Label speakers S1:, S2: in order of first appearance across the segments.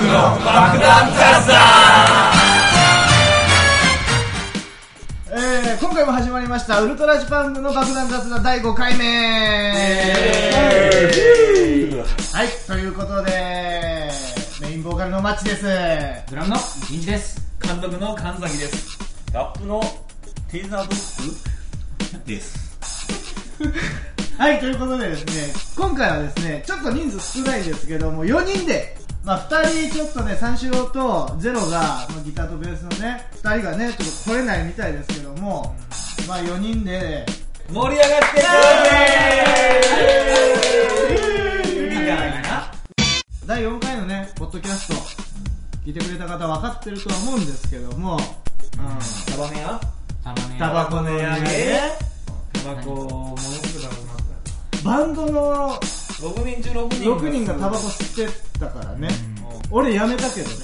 S1: 爆弾雑談
S2: えー、今回も始まりましたウルトラジパングの爆弾雑談第5回目、はいということでメインボーカルのマッチです
S3: ドラムの銀次です。
S1: 監督の神崎ですラップのテーザーブックです
S2: はいということでですね今回はですねちょっと人数少ないですけども4人でまあ、2人ちょっとね、三四郎とゼロが、まあ、ギターとベースのね、2人がね、ちょっと来れないみたいですけども、まあ4人で、
S1: 盛り上がって
S2: イエーイ
S1: みたいな
S2: 第4回のね、ポッドキャスト、聞いてくれた方分かってるとは思うんですけども、うん、
S1: タバメや
S3: タバネ。
S2: タバコの値上げ
S1: タバコものすごくタバコなった
S2: バンドの
S1: 6人中6人
S2: 6人がタバコ吸ってたからね、俺やめたけどね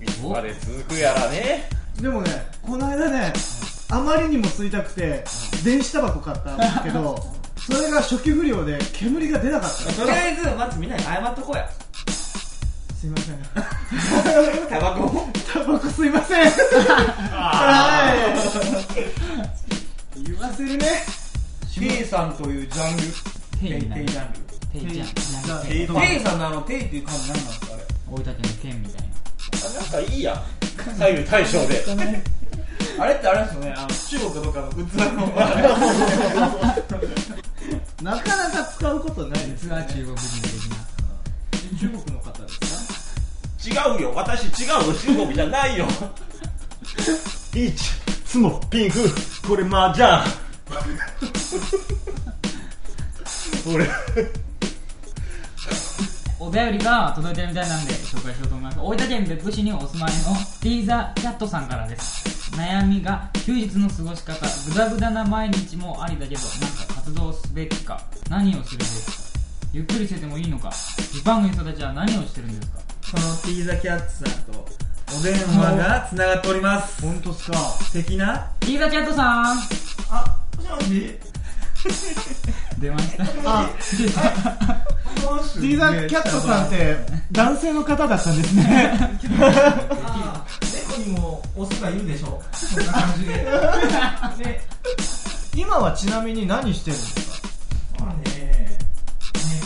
S1: いつまで続くやらね
S2: でもねこの間ね、あまりにも吸いたくて、電子タバコ買ったんですけどそれが初期不良で煙が出なかった
S1: とりあえずまずみんなに謝っとこうや
S2: すいません
S1: タバコも
S2: タバコすいませんはい言わせるね
S1: T さんというジャンル
S3: テイ
S1: テイジャンル
S3: テイちゃん。
S2: テ
S1: テ
S2: イ
S1: イさんのあのテイっていう感じなんなんですかあれ
S3: 大分県の県みたいな。
S4: なんかいいやん 左右対称で
S1: あれってあれですよね、あの中国とかの器の。
S2: なかなか使うことないです
S3: 実は中国人的な。
S2: 中国の方ですか
S4: 違うよ私違うの中国じゃないよいつもピンクこれマージャン俺
S3: お便りが届いてるみたいなんで紹介しようと思います大分県別府市にお住まいのティーザーキャットさんからです悩みが休日の過ごし方グダグダな毎日もありだけどなんか活動すべきか何をするべきかゆっくりしててもいいのか一般の人たちは何をしてるんですか
S1: そのティーザキャッツさんとお電話が繋がっております。
S2: 本当っすか
S1: 的な
S3: ティーザーキャットさん
S1: あ、もしもし
S3: 出ました
S2: あ
S3: 出た
S1: もし
S2: ティーザーキャットさんって男性の方だったんですね
S1: あ猫にもオスがいるでしょ。そんな感じで。ね、
S2: 今はちなみに何してるんですか
S1: まあね、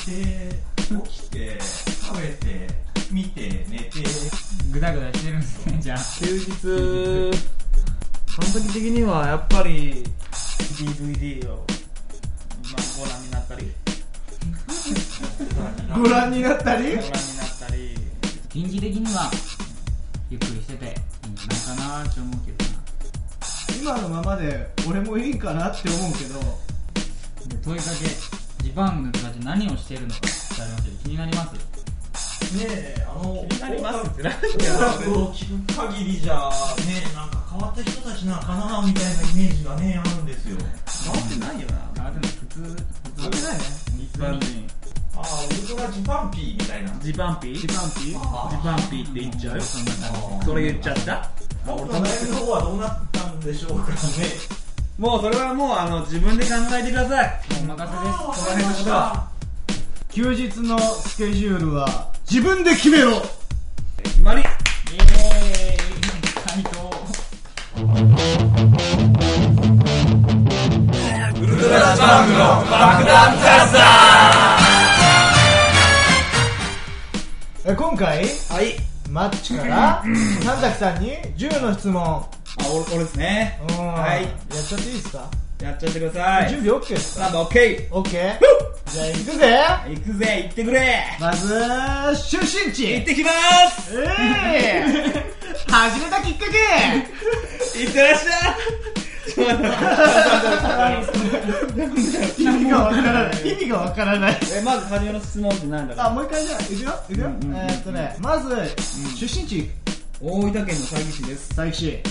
S1: 寝て、起きて、食べて、見て、寝て。
S3: グダグダしてるんですねじゃあ
S1: 休日、その時的にはやっぱり DVD を、まあ、ご覧になったり。
S2: ご覧になったり
S1: ご覧になったり
S3: 臨時的にはゆっくりしてていいんじゃないかなって思うけどな
S2: 今のままで俺もいいかなって思うけど
S3: で問いかけジバングの人たち何をしているのかってありますけど気になります
S1: ねえあの
S4: なりますってな
S1: 音楽を聴く限りじゃねえなんか変わった人たちなのかなみたいなイメージがねあるんですよ
S4: ってないよな
S3: あでも普通普通
S2: ないね
S3: 一般人
S1: ああウルトラジパンピーみたいな
S4: ジパンピージパンピージ
S1: あ
S4: パンピーって言っちゃう
S3: そんな感
S1: あ
S4: それ言っちゃった
S1: まあ俺の悩みの方はどうなったんでしょうかね
S4: もうそれはもうあの自分で考えてください
S3: じお任せです
S1: わかりました
S2: 休日のスケジュールは自分で決めろ
S4: 決まり
S3: イエーイ回答
S2: え今回
S4: はい
S2: マッチから神崎さんに10の質問
S4: あ俺俺ですね
S2: うん
S4: はい
S2: やっちゃっていいですか、
S4: やっちゃってください
S2: 準備 OK ですか
S4: サンバ OK
S2: オッケーじゃあ行くぜ
S4: 行くぜ行ってくれ
S2: まず出身地
S4: 行ってきます
S2: えー、始めたきっかけ
S4: いってらっしゃいちょっと待って
S2: 意味がわからない意味がわからない
S4: えまず初めの質問って何だろ
S2: あもう一回じゃあ行くよ行くよ、
S4: うんうん
S2: えーっとねまず、出身地
S4: う大分県の佐伯市です
S2: 佐伯市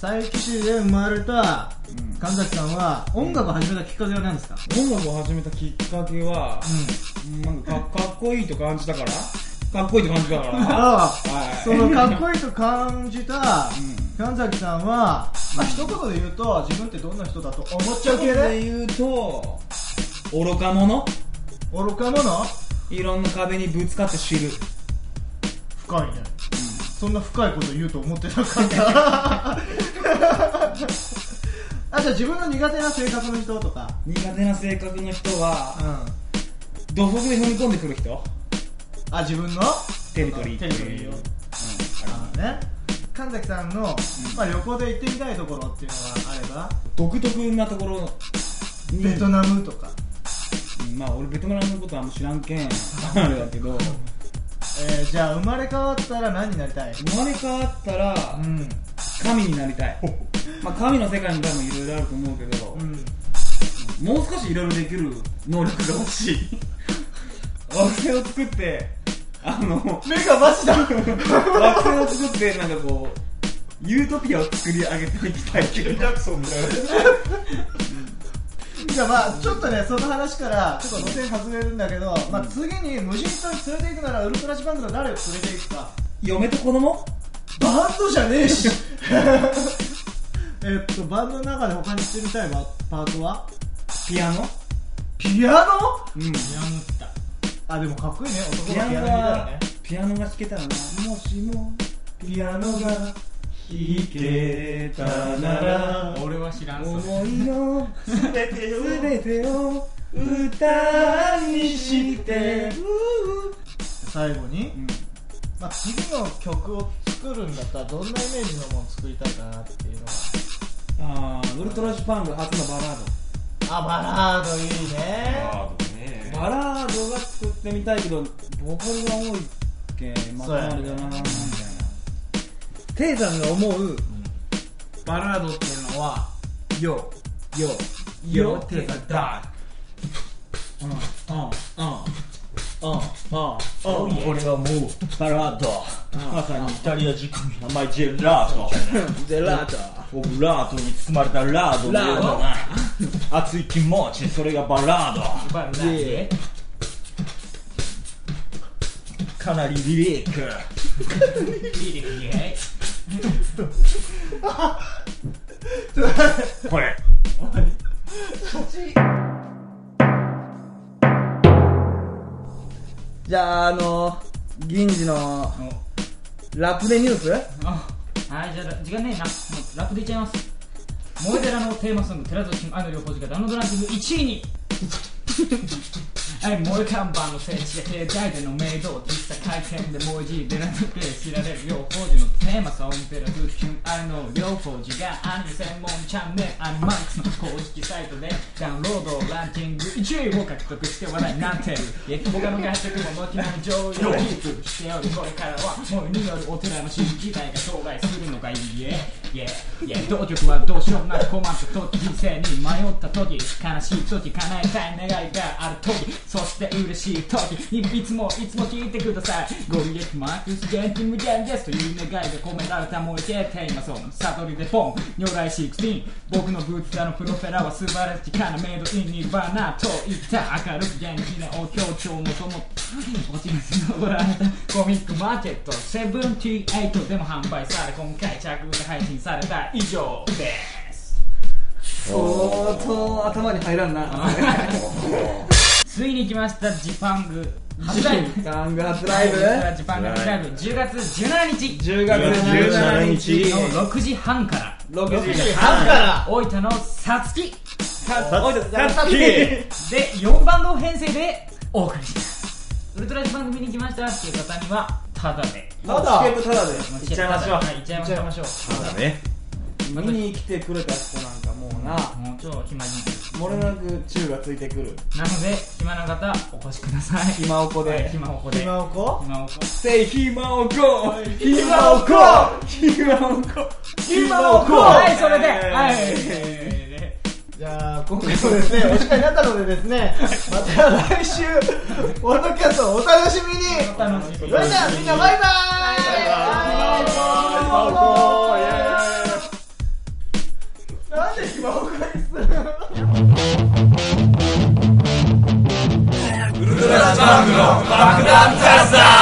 S2: 佐伯市で生まれた神崎さんは音楽を始めたきっかけは何ですか、
S4: 音楽を始めたきっかけは
S2: うん、
S4: なんかかかっこいいと感じたからかっこいいと感じたから
S2: あ
S4: は
S2: あ
S4: い
S2: そのかっこいいと感じた神崎さんは、まあ一言で言うと自分ってどんな人だと思っちゃう
S4: そ
S2: 系
S4: れ
S2: で
S4: で言うと愚か者
S2: 愚か者
S4: いろんな壁にぶつかって知る
S2: 深いねそんな深いこと言うと思ってな かったあと自分の苦手な性格の人とか、
S1: 苦手な性格の人は
S2: ん、
S1: 土足で踏み込んでくる人
S2: あ自分の
S1: テリトリー
S2: テリトリ
S1: う
S2: ーを
S1: ん
S2: あのね神崎さんの、まあ、旅行で行ってみたいところっていうのがあ
S1: 独特なところ
S2: れ
S1: に
S2: ばベトナムとか、
S1: まあ俺ベトナムのことはあんま知らん けんあれだけど
S2: えーじゃあ生まれ変わったら何になりたい
S1: 生まれ変わったら
S2: うん
S1: 神になりたいまあ神の世界も多分いろいろあると思うけど、
S2: うん
S1: もう少しいろいろできる能力が欲しい惑星を作ってあの
S2: 目がマジだ
S1: 惑星を作ってなんかこうユートピアを作り上げていきたい
S4: ジャクソンだよ
S2: じゃあまあちょっとねその話からちょっと路線外れるんだけど、まあ、次に無人島に連れて行くならウルトラジバンドの誰を連れて行くか
S1: 嫁と子供
S2: バンドじゃねえしえっとバンドの中で他にしてみたいパパートは
S1: ピアノ
S2: ピアノ
S1: うん
S3: ピアノ来た
S2: あでもかっこいいね男
S1: ピ
S2: が
S1: ア
S2: ピア
S1: ノ
S2: ノ弾いたら
S1: が
S2: ね
S1: ピアノが弾けたらなもしも
S2: ピアノが
S1: 弾けたなら
S3: 俺は知らんそれ
S1: 思いの
S4: 全てを
S1: 全てを歌にして
S2: 最後に、
S1: うん
S2: まあ、次の曲を作るんだったらどんなイメージのもの作りたいかなっていうのが
S1: あーウルトラジパング初のバラー
S2: あバラードいいね
S4: あーね
S1: ドバラードが作ってみたいけどボーカルが多いけんまとまりがなみたいなテイさんが思うバラードっていうのはよよよ
S3: よ
S1: テイさんダーうんうんうんうん
S4: あこれはもうバラードまさにイタリア仕込み名前ジェラート
S1: ゼラード
S4: オブラートに包まれたラードのようだな熱い気持ちそれがバラード
S3: バラード
S4: かなりリリック
S3: いいですね
S4: これ
S5: じゃあ、あの銀次のラップでニュース
S3: あはいじゃあ時間ねえなもうラップでいっちゃいます萌え寺のテーマソング「寺崎愛の両方時がダウンロードランキング1位にはい、萌え看板の聖地で携帯でのメイド実際会見で文字でなくて知られる両方寺のテーマソング「寺崎愛の両方時がアニメ専門チャンネルアニマックスの公式サイトでダウンロードランキング1位を獲得して話題になっているえ他の楽曲も軒並み上位をキープしておりこれからは萌えによるお寺の新時代が到来するのがいいえいえいえ同曲はどうしようもなく困った時人生に迷った時悲しい時叶えたい願いがある時そして嬉しい時いつもいつも聞いてくださいご利益マックス現金無限ですという願いが込められた萌え系テーマソング悟りでポン如来16僕のブッダのプロペラは素晴らしいからメイドインニバーナといった明るく元気なお強調もとも落ちに登られたコミックマーケット78でも販売され今回着で配信された以上です
S5: 相当頭に入らんな。
S3: ついに来ましたジパング初ライブ
S5: ガング初ライブ
S3: ジパング初ライブ10月17日
S5: ?10 月17日。
S4: 日
S3: の6時半から
S5: 6時。
S2: 半から
S3: 大分のさつき
S4: さっき
S3: で4バンド編成でお送りしますウルトラジ番組に来ましたっていう方にはタダで
S5: ただ、チケットただで。
S3: 行っ
S4: ちゃいましょう
S3: はい行っちゃいましょう
S2: しょう
S4: そうだね
S5: 見に来てくれた人なんかもうな、
S3: もう超暇人
S5: もれなく宙がついてくる。
S3: なので暇な方お越しください
S5: 暇おこ
S3: はい
S5: で。
S3: 暇おこで
S2: 今おこ
S3: 暇おこ
S5: Say 暇おこ
S2: 暇おこ
S5: 暇おこ
S2: 暇おこ
S3: はいそれではい
S2: じゃあ今回もですねお時間になったのでですねまた来週オードキャストをお楽しみに
S3: お楽しみ
S2: それじゃあみんなバイバーイなんで暇おこにするの
S4: 爆弾ザザー